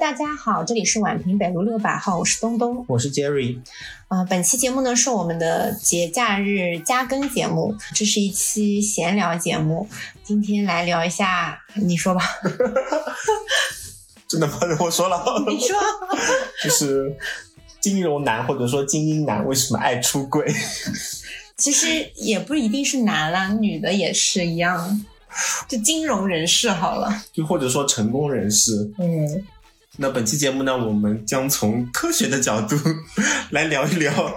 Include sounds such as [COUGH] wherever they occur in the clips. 大家好，这里是宛平北路六百号，我是东东。我是 Jerry，呃，本期节目呢是我们的节假日加更节目，这是一期闲聊节目。今天来聊一下，你说 [LAUGHS] 吧，真的吗？ [LAUGHS] 我说了，你说，就是金融男或者说精英男为什么爱出轨？ [LAUGHS] 其实也不一定是男啦，女的也是一样。就金融人士好了，就或者说成功人士。嗯，那本期节目呢，我们将从科学的角度 [LAUGHS] 来聊一聊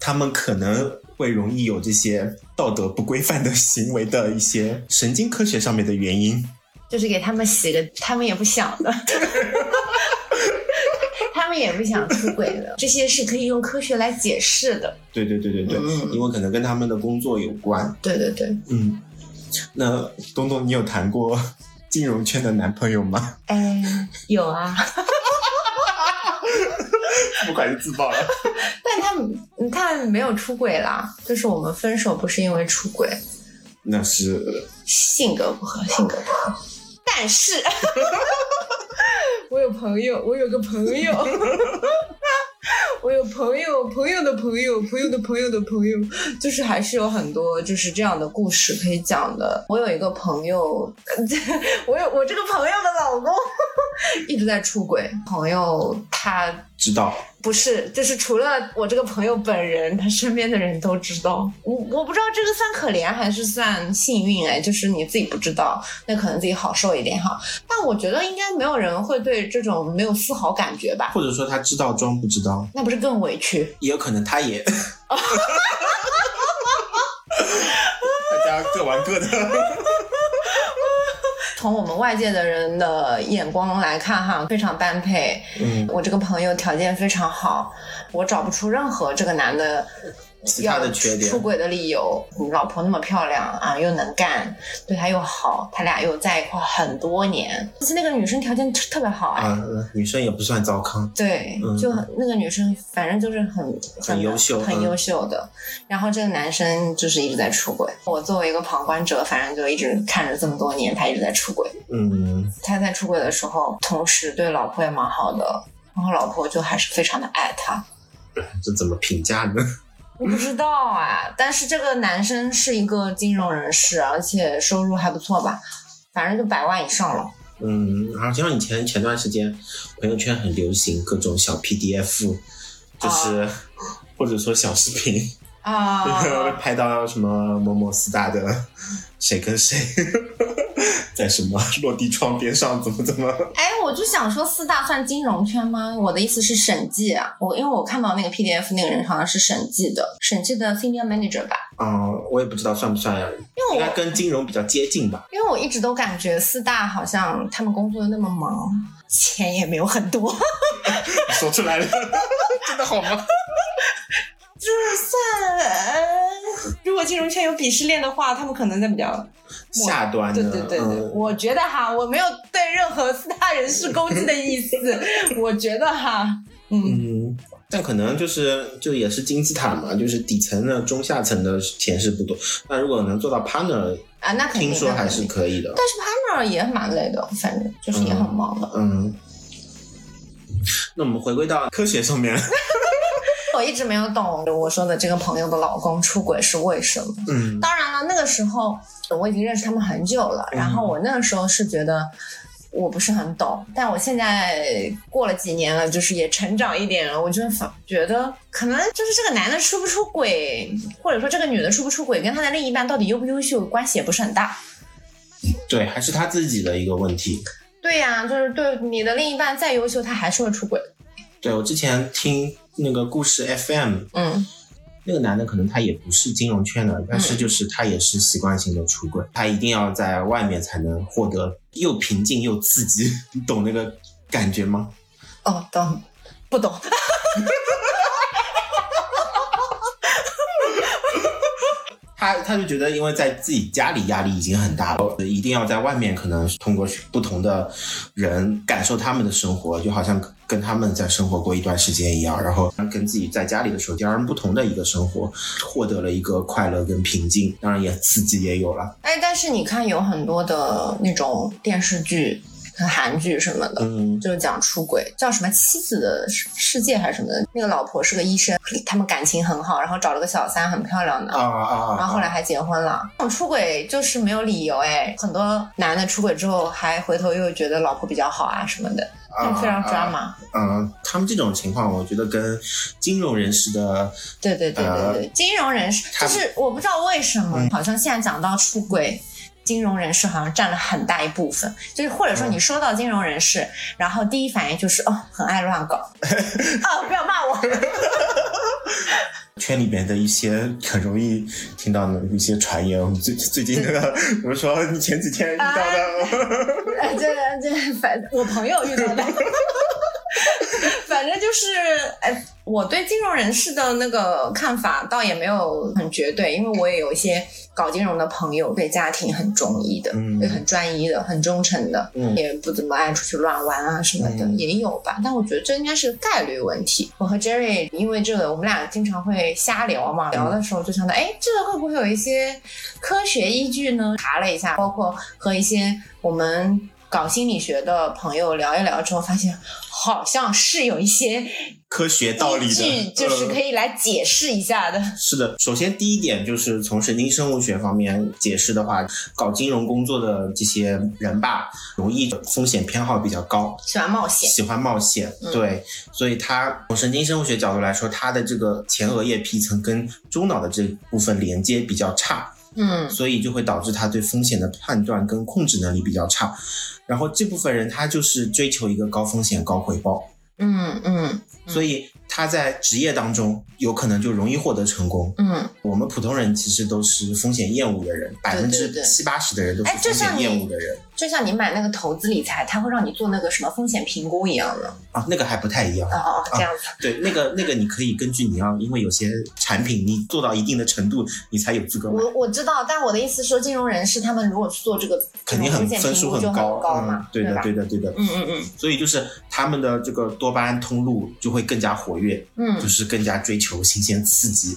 他们可能会容易有这些道德不规范的行为的一些神经科学上面的原因。就是给他们洗个，他们也不想 [LAUGHS] 的，他们也不想出轨的，这些是可以用科学来解释的。对对对对对，嗯因为可能跟他们的工作有关。对对对，嗯，那东东，你有谈过 [LAUGHS] 金融圈的男朋友吗？哎，有啊，不管是自爆了。但他你看没有出轨啦，就是我们分手不是因为出轨，那是性格不合，性格不合。但是， [LAUGHS] 我有朋友，我有个朋友， [LAUGHS] 我有朋友，朋友的朋友，朋友的朋友的朋友，就是还是有很多就是这样的故事可以讲的。我有一个朋友， [LAUGHS] 我有我这个朋友的老公 [LAUGHS] 一直在出轨，朋友他知道，不是，就是除了我这个朋友本人，他身边的人都知道。我我不知道这个算可怜还是算幸运哎，就是你自己不知道，那可能自己好受一点哈。但我觉得应该没有人会对这种没有丝毫感觉吧，或者说他知道装不知道，那不是更委屈？也有可能他也， [LAUGHS] 大家各玩 [LAUGHS] 各的。从我们外界的人的眼光来看哈，非常般配。嗯，我这个朋友条件非常好，我找不出任何这个男的其他的缺点要出轨的理由。你老婆那么漂亮啊，又能干，对她又好，他俩又在一块儿很多年。就是那个女生条件特特别好哎、啊，女生也不算糟糠，对嗯，就很那个女生，反正就是很很优秀很嗯优秀的。然后这个男生就是一直在出轨，我作为一个旁观者，反正就一直看着这么多年，他一直在出轨。嗯，他在出轨的时候，同时对老婆也蛮好的，然后老婆就还是非常的爱他。这怎么评价呢？我不知道啊，但是这个男生是一个金融人士，而且收入还不错吧，反正就百万以上了。嗯，然后就像以前前段时间朋友圈很流行各种小 PDF，就是、或者说小视频， [LAUGHS] 啊拍到什么某某四大的 [LAUGHS] 谁跟谁 [LAUGHS] 在什么 [LAUGHS] 落地窗边上怎么怎么。哎，我就想说，四大算金融圈吗？我的意思是审计啊，我因为我看到那个 PDF 那个人好像是审计的，审计的 senior manager 吧，啊、我也不知道算不算，因应为该我跟金融比较接近吧。因为我一直都感觉四大好像他们工作那么忙，钱也没有很多， [LAUGHS] [LAUGHS] 说出来了， [LAUGHS] 真的好吗？就是算，呃如果金融圈有鄙视链的话，他们可能在比较 [LAUGHS] 下端对的，对对对，嗯我觉得哈，我没有对任何四大人士攻击的意 [LAUGHS] 思，我觉得哈，嗯，嗯，但可能就是就也是金字塔嘛，就是底层的中下层的钱是不多，那如果能做到 partner，啊，那肯定，听说那肯还是定可以的。但是 partner 也蛮累的，反正就是也很忙的。嗯，那我们回归到科学上面，我一直没有懂我说的这个朋友的老公出轨是为什么。 [LAUGHS] 嗯当然了，那个时候我已经认识他们很久了，嗯然后我那个时候是觉得。我不是很懂，但我现在过了几年了，就是也成长一点了，我就反觉得可能就是这个男的出不出轨，或者说这个女的出不出轨，跟他的另一半到底优不优秀关系也不是很大。对，还是他自己的一个问题。对呀、就是对你的另一半再优秀，他还是会出轨。对我之前听那个故事 FM，嗯，那个男的可能他也不是金融圈的，但是就是他也是习惯性的出轨，他一定要在外面才能获得又平静又刺激， [LAUGHS] 你懂那个感觉吗？哦， [LAUGHS] 懂，不懂？他他就觉得，因为在自己家里压力已经很大了，呃一定要在外面，可能通过不同的人感受他们的生活，就好像跟他们在生活过一段时间一样，然后跟自己在家里的时候截然不同的一个生活，获得了一个快乐跟平静，当然也刺激也有了。哎，但是你看，有很多的那种电视剧，看韩剧什么的，嗯，就是讲出轨，叫什么妻子的世世界还是什么的。那个老婆是个医生，他们感情很好，然后找了个小三，很漂亮的。啊啊啊！然后后来还结婚了，这种出轨就是没有理由哎，很多男的出轨之后还回头又觉得老婆比较好啊什么的，啊就非常抓。啊马。嗯，他们这种情况，我觉得跟金融人士的对对对对对，金融人士啊他嗯就是我不知道为什么，好像现在讲到出轨。金融人士好像占了很大一部分，就是或者说嗯你说到金融人士，然后第一反应就是哦，很爱乱 [LAUGHS] 搞，哦，不要骂我，圈里边的一些很容易听到的一些传言，我们最最近那个，我们说你前几天遇到啊的， [LAUGHS] 哎，这这反我朋友遇到的， [LAUGHS] 反正就是哎，我对金融人士的那个看法倒也没有很绝对，因为我也有一些搞金融的朋友，对家庭很忠义的，嗯也很专一的，很忠诚的，嗯也不怎么爱出去乱玩啊什么的，嗯也有吧。但我觉得这应该是个概率问题。我和 Jerry 因为这个，我们俩经常会瞎聊嘛，聊的时候就想到，哎，这个会不会有一些科学依据呢？查了一下，包括和一些我们。搞心理学的朋友聊一聊之后，发现好像是有一些 [LAUGHS] 科学道理依的嗯据，，就是可以。以来解释一下的。是的，首先第一点就是从神经生物学方面解释的话，搞金融工作的这些人吧，容易风险偏好比较高，喜欢冒险，喜欢冒险，嗯对，所以它从神经生物学角度来说，它的这个前额叶皮层跟中脑的这部分连接比较差，嗯所以就会导致他对风险的判断跟控制能力比较差。然后这部分人他就是追求一个高风险高回报，嗯嗯嗯所以他在职业当中有可能就容易获得成功。嗯。我们普通人其实都是风险厌恶的人，百分对之对七八十的人都是哎就风像险你厌恶的人就像你买那个投资理财，它会让你做那个什么风险评估一样的。啊，那个还不太一样。哦哦，哦这样子。对，那个那个你可以根据你要，因为有些产品你做到一定的程度，你才有资格买。我我知道，但我的意思说，金融人士他们如果做这个，肯定很这种风分险数评估就高，高嗯嘛，，对的，吧？对的，对的。嗯嗯所以就是他们的这个多巴胺通路就会更加活跃，嗯就嗯。是更加追求新鲜刺激，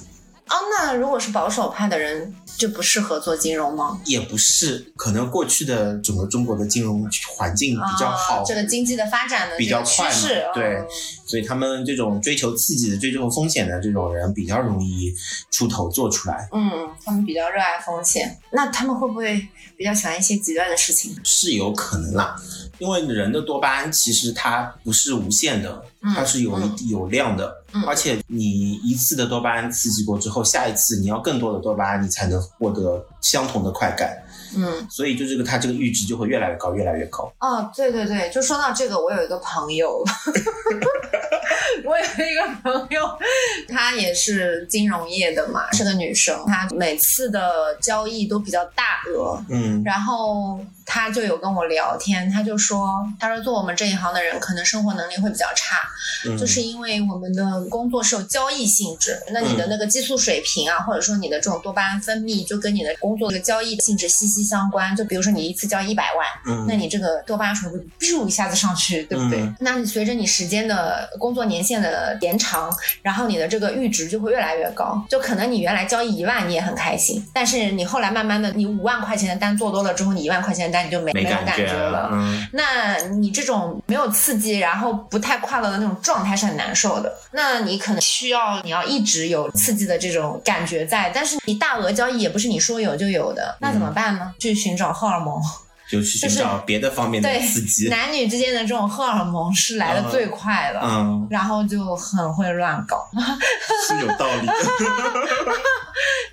哦，那如果是保守派的人，就不适合做金融吗？也不是可能过去的整个中国的金融环境比较好，啊这个经济的发展的比这较个趋快嘛势，对嗯所以他们这种追求刺激的、追求风险的这种人比较容易出头做出来，嗯，他们比较热爱风险，那他们会不会比较喜欢一些极端的事情？是有可能啦。因为人的多巴胺其实它不是无限的，嗯它是有一、嗯有量的，嗯而且你一次的多巴胺刺激过之后，下一次你要更多的多巴胺，你才能获得相同的快感。嗯，所以就这个它这个阈值就会越来越高，越来越高。哦，对对对，就说到这个，我有一个朋友， [LAUGHS] 我有一个朋友，她也是金融业的嘛，是个女生，她每次的交易都比较大额，嗯然后她就有跟我聊天，她就说，她说做我们这一行的人，可能生活能力会比较差，嗯就是因为我们的工作是有交易性质，那你的那个激素水平啊，或者说你的这种多巴胺分泌，就跟你的工作的交易性质息息相关。就比如说你一次交易一百万，嗯那你这个多巴胺水平咻一下子上去，对不对？嗯那你随着你时间的工作年限的延长，然后你的这个阈值就会越来越高。就可能你原来交易一万你也很开心，但是你后来慢慢的，你五万块钱的单做多了之后，你一万块钱的单你就没没有感觉了。嗯那你这种没有刺激，然后不太快乐的那种状态是很难受的。那你可能需要你要一直有刺激的这种感觉在，但是你大额交易也不是你说有就有的，那怎嗯么办呢？去寻找荷尔蒙。就去寻找别的方面的对刺激。男女之间的这种荷尔蒙是来的最快的。嗯，然后就很会乱搞。是有道 [LAUGHS] 理的。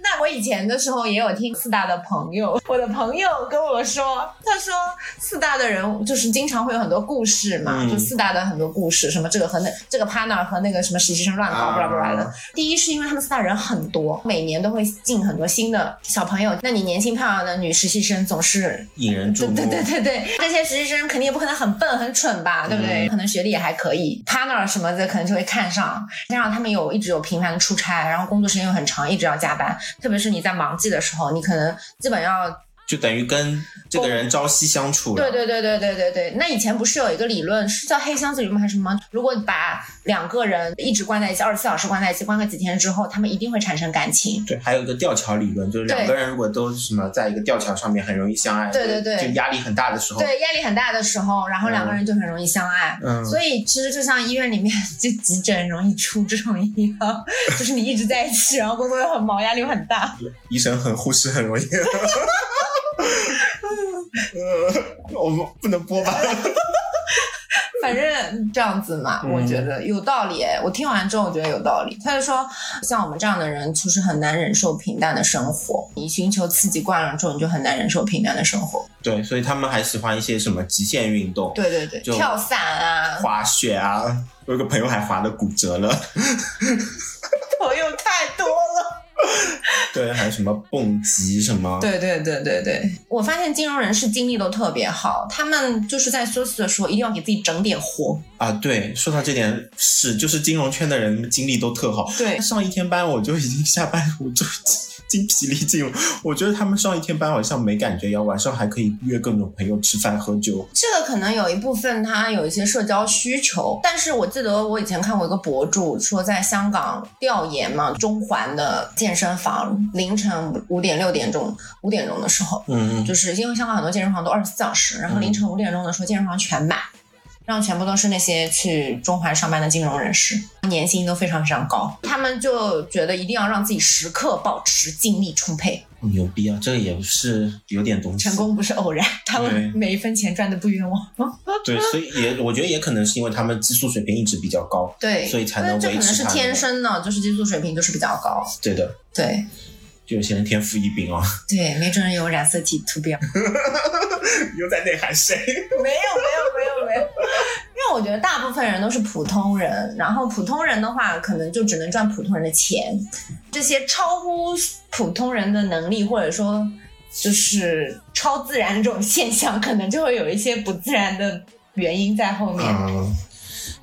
那我以前的时候也有听四大的朋友， [LAUGHS] 我的朋友跟我说，他说四大的人就是经常会有很多故事嘛，嗯就四大的很多故事，什么这个和那这个 partner 和那个什么实习生乱搞，啊巴拉巴拉的。第一是因为他们四大人很多，每年都会进很多新的小朋友，那你年轻漂亮的女实习生总是引人注目。对 [LAUGHS] 对对对对，这些实习生肯定也不可能很笨很蠢吧，对不对？嗯可能学历也还可以，partner 什么的可能就会看上。加上他们有一直有频繁的出差，然后工作时间又很长，一直要加班。特别是你在忙季的时候，你可能基本要。就等于跟这个人朝夕相处了。对对对对对对对，那以前不是有一个理论是叫黑箱子理论还是什么？如果你把两个人一直关在一起，二十四小时关在一起，关个几天之后，他们一定会产生感情。对，还有一个吊桥理论，就是两个人如果都是什么在一个吊桥上面，很容易相爱。对对对就压力很大的时候。对，压力很大的时候，然后两个人就很容易相爱。嗯，所以其实就像医院里面 [LAUGHS] 就急诊容易出这种一样，就是你一直在一起，然后工作又很忙，压力又很大。医生很护士很容易。 [LAUGHS] [LAUGHS] 呃，我们不能播吧？ [LAUGHS] 反正这样子嘛，嗯我觉得有道理。哎我听完之后，我觉得有道理。他就说，像我们这样的人，其实很难忍受平淡的生活。你寻求刺激惯了之后，你就很难忍受平淡的生活。对，所以他们还喜欢一些什么极限运动，对对对，就跳伞啊， [LAUGHS] 滑雪啊。我有个朋友还滑的骨折 [LAUGHS] 了，朋友太多了。对，还有什么蹦极什么，对对对对对，我发现金融人士精力都特别好，他们就是在休息的时候一定要给自己整点活。啊，对，说到这点是，就是金融圈的人精力都特好。对上一天班我就已经下班，我就精精疲力尽了。我觉得他们上一天班好像没感觉，然后晚上还可以约各种朋友吃饭喝酒。这个可能有一部分他有一些社交需求，但是我记得我以前看过一个博主说，在香港调研嘛，中环的健身房凌晨五点六点钟五点钟的时候，嗯嗯，就是因为香港很多健身房都二十四小时，然后嗯凌晨五点钟的时候健身房全满，让全部都是那些去中环上班的金融人士，年薪都非常非常高，他们就觉得一定要让自己时刻保持精力充沛，好牛逼啊！这个也是有点东西。成功不是偶然，他们对每一分钱赚的不冤枉。对，所以也我觉得也可能是因为他们激素水平一直比较高。对，所以才能但这维可能持是它的天生的，就是激素水平就是比较高。对的，对就有些人天赋异禀哦。对，没准有染色体突变。 [LAUGHS] 又在内涵谁？ [LAUGHS] 没有没有没有没有，因为我觉得大部分人都是普通人，然后普通人的话，可能就只能赚普通人的钱。这些超乎普通人的能力，或者说就是超自然的这种现象，可能就会有一些不自然的原因在后面。嗯，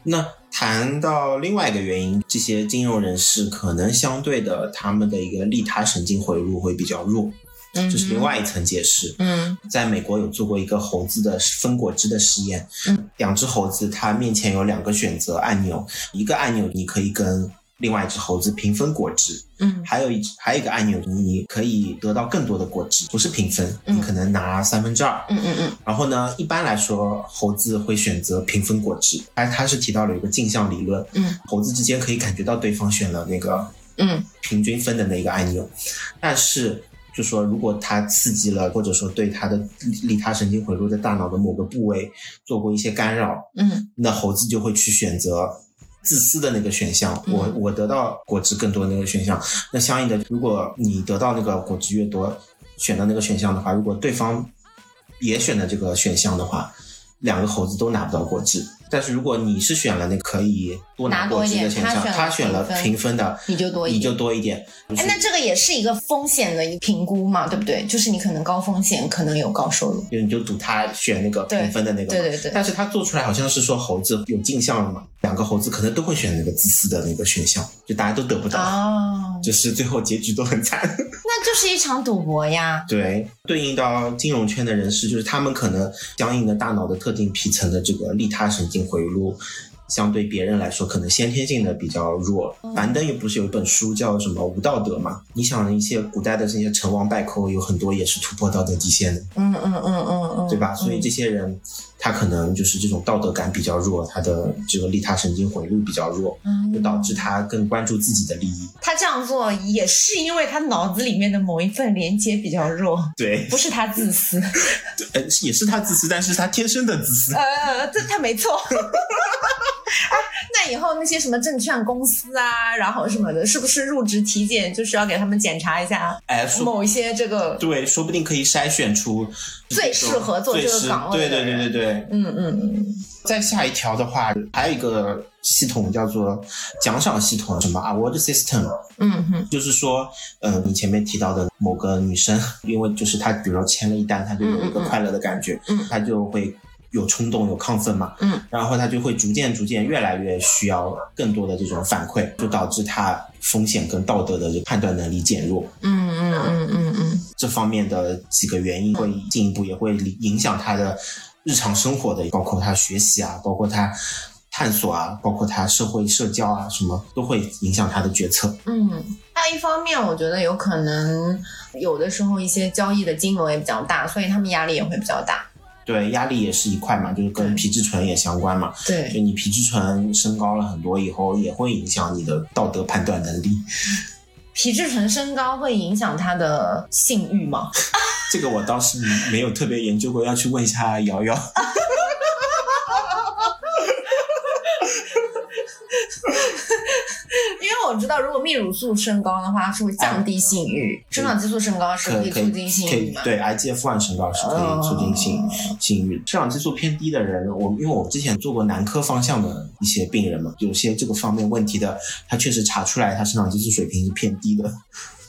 那谈到另外一个原因，这些金融人士可能相对的，他们的一个利他神经回路会比较弱，嗯，这是另。外一层解释。嗯在美国有做过一个猴子的分果汁的实验，嗯两只猴子它面前有两个选择按钮，一个按钮你可以跟另外一只猴子平分果汁，嗯还有一还有一个按钮你可以得到更多的果汁，不是平分，嗯你可能拿三分之二。嗯嗯嗯然后呢，一般来说，猴子会选择平分果汁，但是他是提到了一个镜像理论，嗯猴子之间可以感觉到对方选了那个嗯平均分的那个按钮，但是就说如果它刺激了，或者说对它的利利他神经回路在大脑的某个部位做过一些干扰，嗯那猴子就会去选择自私的那个选项，嗯我我得到果汁更多的那个选项。那相应的，如果你得到那个果汁越多，选的那个选项的话，如果对方也选的这个选项的话，两个猴子都拿不到果汁。但是如果你是选了那可以多拿拿多果一汁的点选他项，选了他选了平分平分的，你就多一你点就多一点。哎，那这个也是一个风险的一个评估嘛，对不对？就是你可能高风险，可能有高收入。就你就赌他选那个对评分的那个嘛对对对但是他做出来好像是说猴子有镜像了嘛，两个猴子可能都会选那个自私的那个选项，就大家都得不到，哦，就是最后结局都很惨。 [LAUGHS] 那就是一场赌博呀。对，对应到金融圈的人士，就是他们可能相应的大脑的特定皮层的这个利他神经回路。相对别人来说，可能先天性的比较弱。嗯樊登又不是有一本书叫什么《无道德》嘛？你想一些古代的这些成王败寇，有很多也是突破道德底线的。嗯嗯嗯嗯嗯，对吧？所以这些人，他可能就是这种道德感比较弱，他的这个利他神经回路比较弱，嗯就导致他更关注自己的利益。他这样做也是因为他脑子里面的某一份连接比较弱，对， [LAUGHS] 不是他自 [LAUGHS] 私。呃，也是他自私，但是他天生的自私。呃，这他没 [LAUGHS] 错。哎，那以后那些什么证券公司啊，然后什么的，是不是入职体检就是要给他们检查一下哎，说某一些这个？对，说不定可以筛选出最适合做这个最适岗位的对对对人对对。嗯嗯嗯，再下一条的话，还有一个系统叫做奖赏系统，什么 award system。嗯哼，就是说，嗯、你前面提到的某个女生，因为就是她，比如说签了一单，她就有一个快乐的感觉，嗯嗯嗯她就会有冲动、有亢奋嘛，嗯，然后她就会逐渐、逐渐越来越需要更多的这种反馈，就导致她风险跟道德的这个判断能力减弱。嗯嗯嗯嗯嗯，这方面的几个原因，会进一步也会影响他的日常生活的，包括他学习啊，包括他探索啊，包括他社会社交啊，什么都会影响他的决策。嗯，还有一方面，我觉得有可能有的时候一些交易的金额也比较大，所以他们压力也会比较大。对，压力也是一块嘛，就是跟皮质醇也相关嘛。就对，你皮质醇升高了很多以后，也会影响你的道德判断能力。皮质醇升高会影响他的性欲吗？这个我倒是没有特别研究过，要去问一下瑶瑶。 [LAUGHS] 因为我知道，如果泌乳素升高的话，是会降低性欲；生长激素升高是可嗯以可促进性可欲哦以嘛？对 IGF-1 升高是可以促进性、性欲。生长激素偏低的人，我因为我之前做过男科方向的一些病人嘛，有些这个方面问题的，他确实查出来他生长激素水平是偏低的。 [LAUGHS]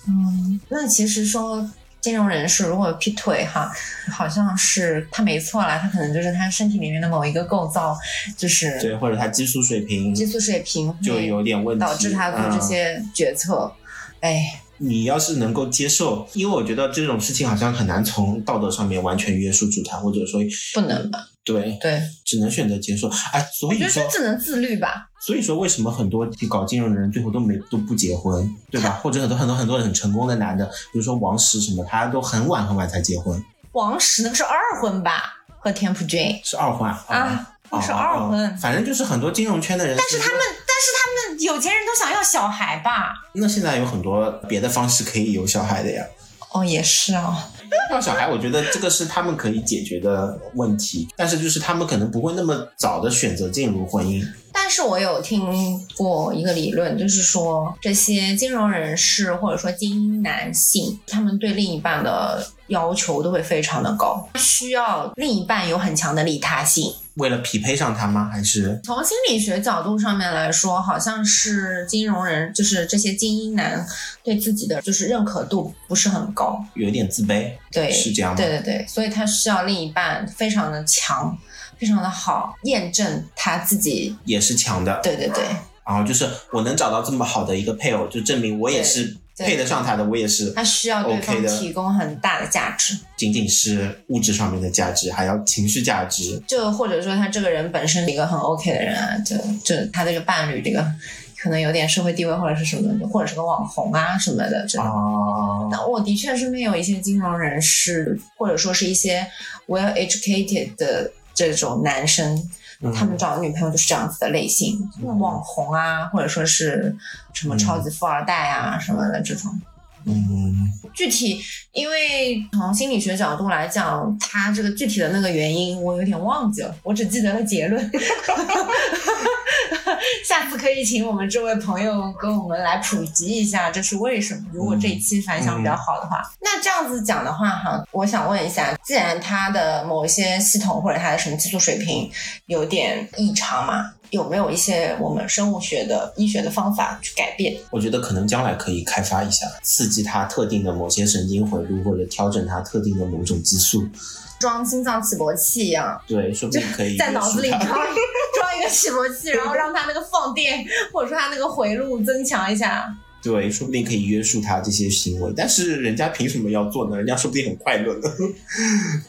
嗯，那其实说这种人士如果劈腿哈，好像是他没错啦，他可能就是他身体里面的某一个构造，就是对，或者他激素水平激素水平就会有点问题，导致他做这嗯些决策。哎，你要是能够接受，因为我觉得这种事情好像很难从道德上面完全约束住他，或者说不能吧？对，对，只能选择接受。哎，所我以觉得说这，只能自律吧。所以说为什么很多搞金融的人最后都没都不结婚，对吧？或者很多很多很多很成功的男的，比如说王石什么，他都很晚很晚才结婚，王石那个是二婚吧，和田朴珺是二婚啊。啊，哦那是二婚。哦反正就是很多金融圈的人，但是他们，但是他们有钱人都想要小孩吧？那现在有很多别的方式可以有小孩的呀。哦，也是啊。要小孩，我觉得这个是他们可以解决的问题，但是就是他们可能不会那么早的选择进入婚姻。但是我有听过一个理论，就是说这些金融人士或者说精英男性，他们对另一半的要求都会非常的高，需要另一半有很强的利他性。为了匹配上他吗？还是从心理学角度上面来说，好像是金融人，就是这些精英男对自己的就是认可度不是很高，有一点自卑？对，是这样吗？对对对，所以他需要另一半非常的强，非常的好，验证他自己。也是强的。对对对，然后就是我能找到这么好的一个配偶，就证明我也是对对嗯配得上他的，我也是他需要对 OK 方的提供很大的价值，仅仅是物质上面的价值，还要情绪价值。就或者说他这个人本身是一个很 OK 的人啊，就就他这个伴侣这个可能有点社会地位或者是什么的，或者是个网红啊什么的这种。啊，那我的确身边有一些金融人士，或者说是一些 well educated 的这种男生，嗯他们找的女朋友就是这样子的类型，嗯网红啊，或者说是什么超级富二代啊、什么的这种。嗯，具体，因为从心理学角度来讲，他这个具体的那个原因我有点忘记了，我只记得了结论。 [LAUGHS] 下次可以请我们这位朋友跟我们来普及一下，这是为什么？如果这一期反响比较好的话，那这样子讲的话哈，我想问一下，既然他的某一些系统或者他的什么激素水平有点异常嘛，有没有一些我们生物学的、医学的方法去改变？我觉得可能将来可以开发一下，刺激他特定的某些神经回路，或者调整他特定的某种激素。装心脏起搏器一样，对，说不定可以 [LAUGHS] 在脑子里约束装他一装一个起搏器，然后让它那个放电，或者说它那个回路增强一下。对，说不定可以约束他这些行为，但是人家凭什么要做呢？人家说不定很快乐呢。 [LAUGHS]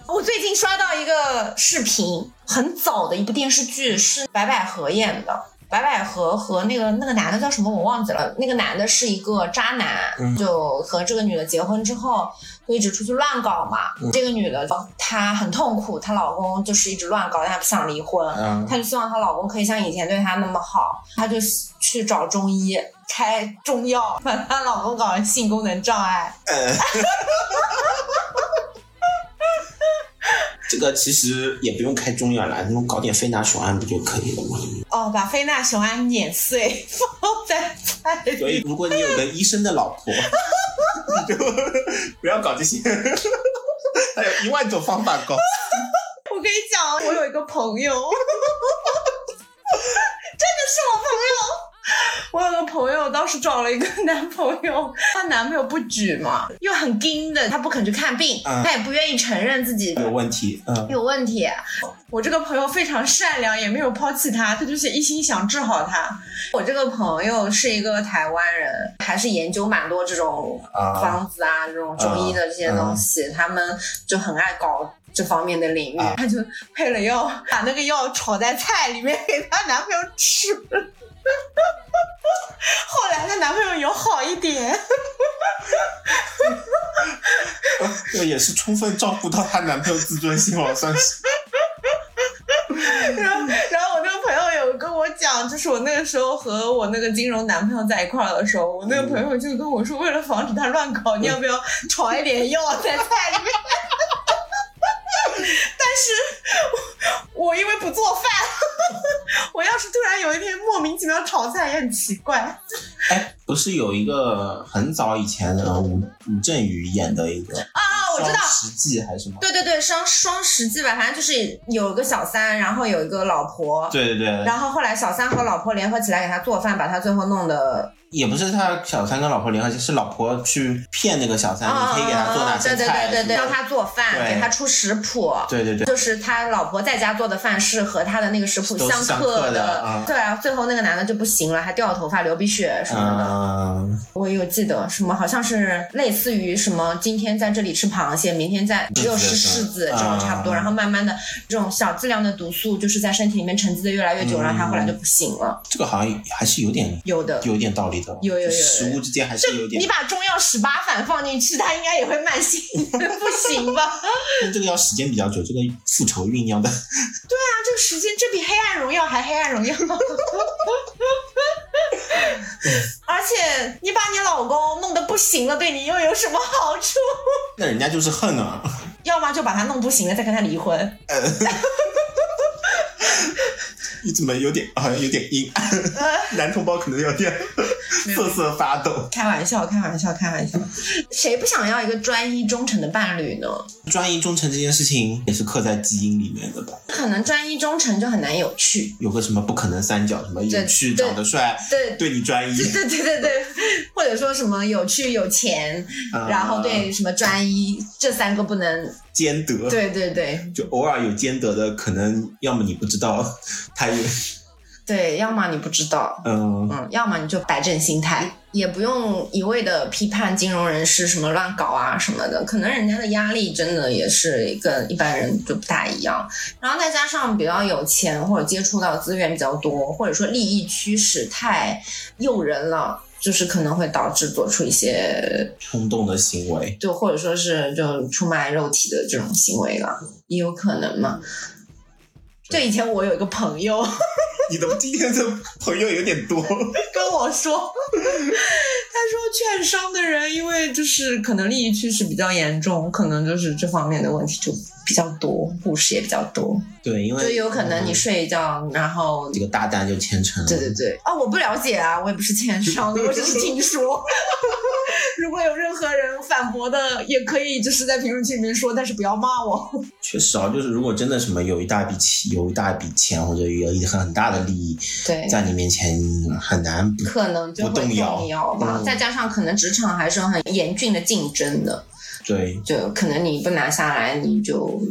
我最近刷到一个视频，很早的一部电视剧，是白百合演的。白百合和那个那个男的叫什么我忘记了，那个男的是一个渣男，嗯就和这个女的结婚之后就一直出去乱搞嘛。这个女的她很痛苦，她老公就是一直乱搞，但她不想离婚。嗯，她就希望她老公可以像以前对她那么好，她就去找中医开中药，把她老公搞成性功能障碍。这个其实也不用开中药啦，你搞点非拿雄胺不就可以了吗？哦，把非那雄胺碾碎放在 [LAUGHS] 菜所以里。如果你有个医生的老 [LAUGHS] 婆，你就不要搞这 [LAUGHS] 些。还有一万种方法搞，我跟你讲，我有一个朋友，真的是我朋友。我有个朋友当时找了一个男朋友，她男朋友不举嘛，又很硬的，她不肯去看病，嗯她也不愿意承认自己有问题，嗯，有问题。我这个朋友非常善良，也没有抛弃他，他就是一心想治好他。我这个朋友是一个台湾人，还是研究蛮多这种啊方子啊、这种中医的这些东西，他们就很爱搞。这方面的领域，啊他就配了药，把那个药炒在菜里面给她男朋友吃。 [LAUGHS] 后来她男朋友有好一点，这也是充分照顾到她男朋友自尊心了，算是。然后，然后我那个朋友有跟我讲，就是我那个时候和我那个金融男朋友在一块儿的时候，我那个朋友就跟我说，为了防止他乱搞，你要不要炒一点药在菜里面？ [LAUGHS] 但是我我因为不做饭， [LAUGHS] 我要是突然有一天莫名其妙炒菜也很奇怪。啊哎，不是有一个很早以前的吴吴镇宇演的一个啊，哦我知道实际还是什么？对对对，双双十记吧，反正就是有个小三，然后有一个老婆。对对对，然后后来小三和老婆联合起来给他做饭，把他最后弄的也不是他小三跟老婆联合，是老婆去骗那个小三，你可以给他做哪些菜？哦对对对对对，是让吧他做饭，对给他出食谱。对对对，就是他老婆在家做的饭是和他的那个食谱都是相克克的啊对啊，最后那个男的就不行了，还掉头发、流鼻血什么的。嗯，我有记得什么，好像是类似于什么，今天在这里吃螃蟹，明天在只有吃是柿子这啊种差不多，然后慢慢的这种小剂量的毒素就是在身体里面沉积的越来越久，嗯然后他后来就不行了。这个好像还是有点有的，有点道理的，有有有有食物之间还是有点你，把中药十八反放进去，他应该也会慢性， [LAUGHS] 不行吧？但这个要时间比较久，这个复仇酝酿的，这个时间，这比《黑暗荣耀》还《黑暗荣耀》。而且你把你老公弄得不行了，对你又有什么好处？那人家就是恨啊，要么就把他弄不行了，再跟他离婚。你怎么有点好像有点阴 [LAUGHS] 暗？男同胞可能有点没有瑟瑟发抖。呃开玩笑，开玩笑，开玩笑。谁不想要一个专一忠诚的伴侣呢？专一忠诚这件事情也是刻在基因里面的吧？可能专一忠诚就很难有趣。有个什么不可能三角，什么有趣、对长得帅、对。对你专一，对对对对对，或者说什么有趣有钱，[LAUGHS] 嗯然后对什么专一，这三个不能。兼得。对对对就偶尔有兼得的，可能要么你不知道， [LAUGHS] 他也对，要么你不知道，嗯，嗯，要么你就摆正心态，也不用一味的批判金融人士什么乱搞啊什么的，可能人家的压力真的也是跟一般人就不大一样。然后再加上比较有钱或者接触到资源比较多，或者说利益驱使太诱人了，就是可能会导致做出一些冲动的行 [LAUGHS] 为。就或者说是就出卖肉体的这种行为了，也有可能嘛。就以前我有一个朋友。你的今天的朋友有 [LAUGHS] 点多，跟我说， [LAUGHS] 他说券商的人因为就是可能利益趋势比较严重，可能就是这方面的问题就比较多，故事也比较多，对，嗯因为就有可能你嗯睡一觉，然后这。个大单就牵成了。对对对，啊、我不了解啊，我也不是券商的，我只是听说。 [LAUGHS] 如果有任何人反驳的，也可以就是在评论区里面说，但是不要骂我。确实啊，就是如果真的什么有一大笔钱，有一大笔钱或者有一个很大的利益对在你面前，你很难不可能就不会动摇摇吧，嗯再加上可能职场还是很严峻的竞争的，对就可能你不拿下来，你就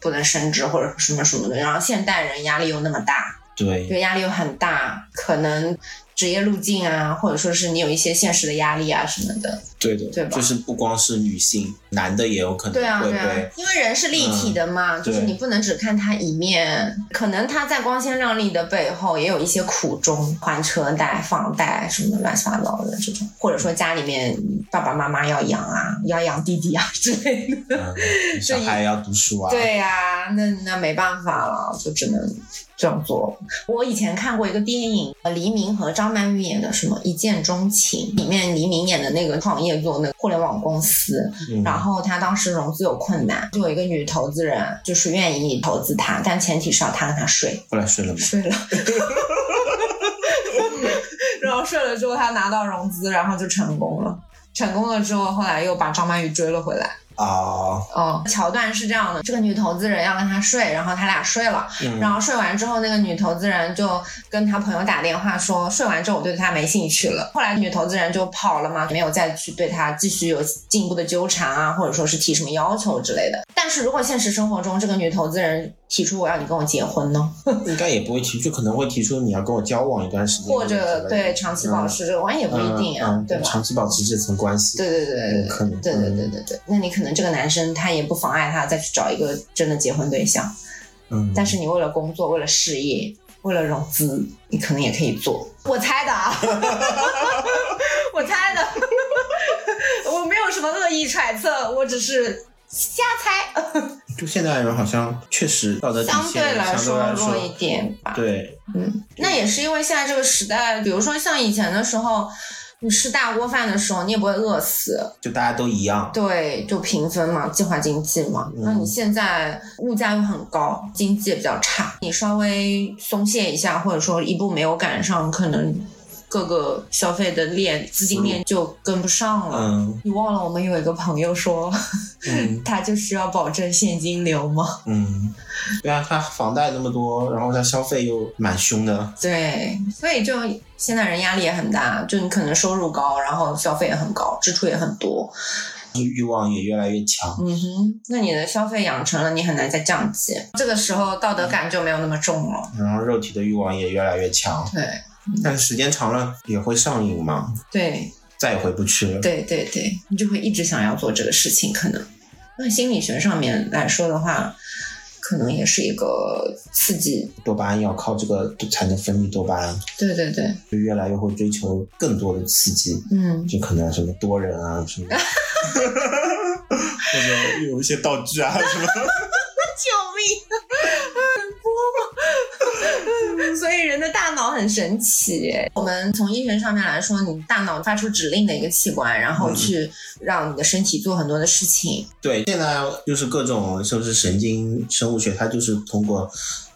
不能升职或者什么什么的。然后现代人压力又那么大，对就压力又很大，可能职业路径啊，或者说是你有一些现实的压力啊什么的。对的，对吧就是不光是女性，男的也有可能对啊，会对被、啊， [LAUGHS] 因为人是立体的嘛，就是对你不能只看他一面，可能他在光鲜亮丽的背后也有一些苦衷，还车贷、房贷什么乱七八糟的这种，或者说家里面爸爸妈妈要养啊，要养弟弟啊之类的。嗯、小孩要读书啊，对呀、那那没办法了，就只能这样做。我以前看过一个电影，呃黎明和张曼玉演的什么《一见钟情》，里面黎明演的那个创业做那个互联网公司，嗯，然后他当时融资有困难，就有一个女投资人就是愿意投资他，但前提是要他跟他睡，后来睡了吗？睡了。然后睡了之后，他拿到融资，然后就成功了。成功了之后，后来又把张曼玉追了回来。啊，哦，桥段是这样的：这个女投资人要跟他睡，然后他俩睡了，嗯然后睡完之后，那个女投资人就跟他朋友打电话说，睡完之后我对他没兴趣了。后来女投资人就跑了嘛，没有再去对他继续有进一步的纠缠啊，或者说是提什么要求之类的。但是如果现实生活中这个女投资人提出我要你跟我结婚呢，应该也不会提出，可能会提出你要跟我交往一段时间，或者对长期保嗯持这个关系也不一定啊，嗯嗯对吧？长期保持这层关系，对对对对有可能对对对对对，那你可能这个男生他也不妨碍他再去找一个真的结婚对象，嗯，但是你为了工作、为了事业、为了融资，你可能也可以做。我猜的 [LAUGHS] 啊，我猜的，我没有什么恶意揣测，我只是瞎猜。就现代人好像确实道呃德底相对线来相对说来弱一点吧。对，嗯，那也是因为现在这个时代，比如说像以前的时候，你吃大锅饭的时候，你也不会饿死，就大家都一样，对，就平分嘛，计划经济嘛。嗯那你现在物价又很高，经济也比较差，你稍微松懈一下，或者说一步没有赶上，可能各个消费的链、资金链就跟不上了。嗯你忘了我们有一个朋友说， [LAUGHS] 嗯他就是要保证现金流吗？ [LAUGHS] 嗯，对啊，他房贷那么多，然后他消费又蛮凶的，对，所以就现在人压力也很大，就你可能收入高，然后消费也很高，支出也很多。欲望也越来越强，嗯哼，那你的消费养成了，你很难再降级。这个时候道德感就没有那么重了。然后肉体的欲望也越来越强，对但时间长了也会上瘾嘛，对再也回不去了。对对对，你就会一直想要做这个事情。可能那心理学上面来说的话，可能也是一个刺激。多巴胺要靠这个才能分泌多巴胺，对对对，就越来越会追求更多的刺激，嗯，就可能什么多人啊什么，或者有一些道具啊什么。 [LAUGHS] 救命！ [LAUGHS] 很多，所以人的大脑很神奇耶。我们从医学上面来说，你大脑发出指令的一个器官，然后嗯去让你的身体做很多的事情。对，现在就是各种就是神经生物学，它就是通过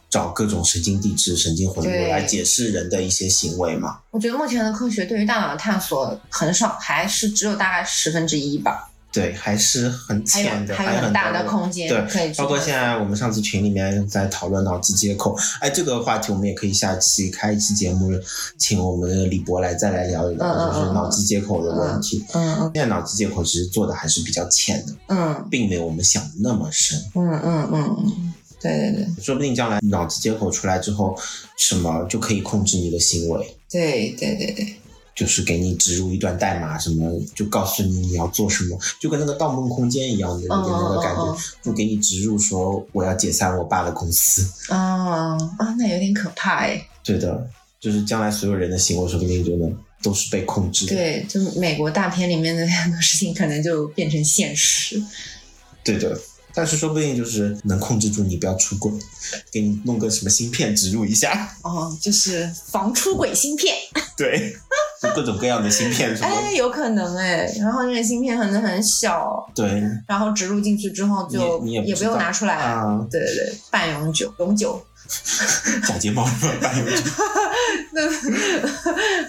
找各种神经递质、神经回路对来解释人的一些行为嘛。我觉得目前的科学对于大脑的探索很少，还是只有大概十分之一吧，对，还是很还浅有的，还还有很大多的空间对可以去。包括现在我们上次群里面在讨论脑机接口，哎，这个话题我们也可以下期开一期节目，请我们的李博来再来聊一嗯嗯聊，就是嗯脑机接口的问题。嗯现在脑机接口其实做的还是比较浅的，嗯并没有我们想的那么深。嗯嗯嗯嗯，对对对说不定将来脑机接口出来之后，什么就可以控制你的行为，对对对对，就是给你植入一段代码，什么就告诉你你要做什么，就跟那个《盗梦空间》一样的有点那个感嗯嗯嗯觉，就给你植入说我要解散我爸的公司。啊啊，那有点可怕哎。对的，就是将来所有人的行为，说不定就能都是被控制的。对，就美国大片里面的很多事情，可能就变成现实。对的，但是说不定就是能控制住你不要出轨，给你弄个什么芯片植入一下，哦，就是防出轨芯片，对， [LAUGHS] 就各种各样的芯片什么，哎，有可能哎。然后那个芯片可能很小，对然后植入进去之后就你也你也不不用知道拿出来。啊，对对对，半永久，永久。假睫毛什么办？ [LAUGHS] 那，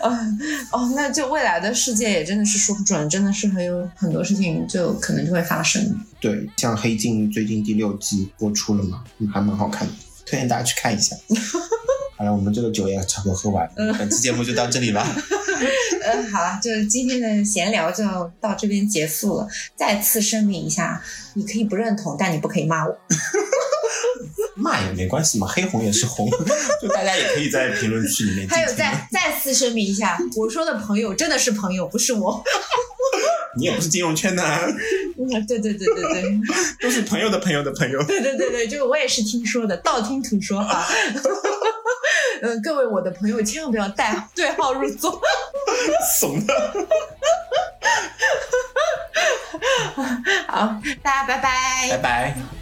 嗯，哦，那就未来的世界也真的是说不准，真的是很有很多事情就可能就会发生。对，像《黑镜》最近第六季播出了嘛，嗯还蛮好看的，推荐大家去看 [LAUGHS] 一下。好了，我们这个酒也差不多喝完了，本期节目就到这 [LAUGHS] 里了。嗯，好了，就是今天的闲聊就到这边结束了。再次声明一下，你可以不认同，但你不可以骂我。骂也没关系嘛，黑红也是 [LAUGHS] 红，就大家也可以在评论区里面进行。还有再再次声明一下，我说的朋友真的是朋友，不是我。 [LAUGHS] 你也不是金融圈的、啊，嗯，对对对对对都是朋友的朋友的朋友。对对对对，这个我也是听说的，道听途说啊。 [LAUGHS] 嗯，各位我的朋友千万不要带对号入座。 [LAUGHS] 怂的，好，大家拜拜哎拜拜。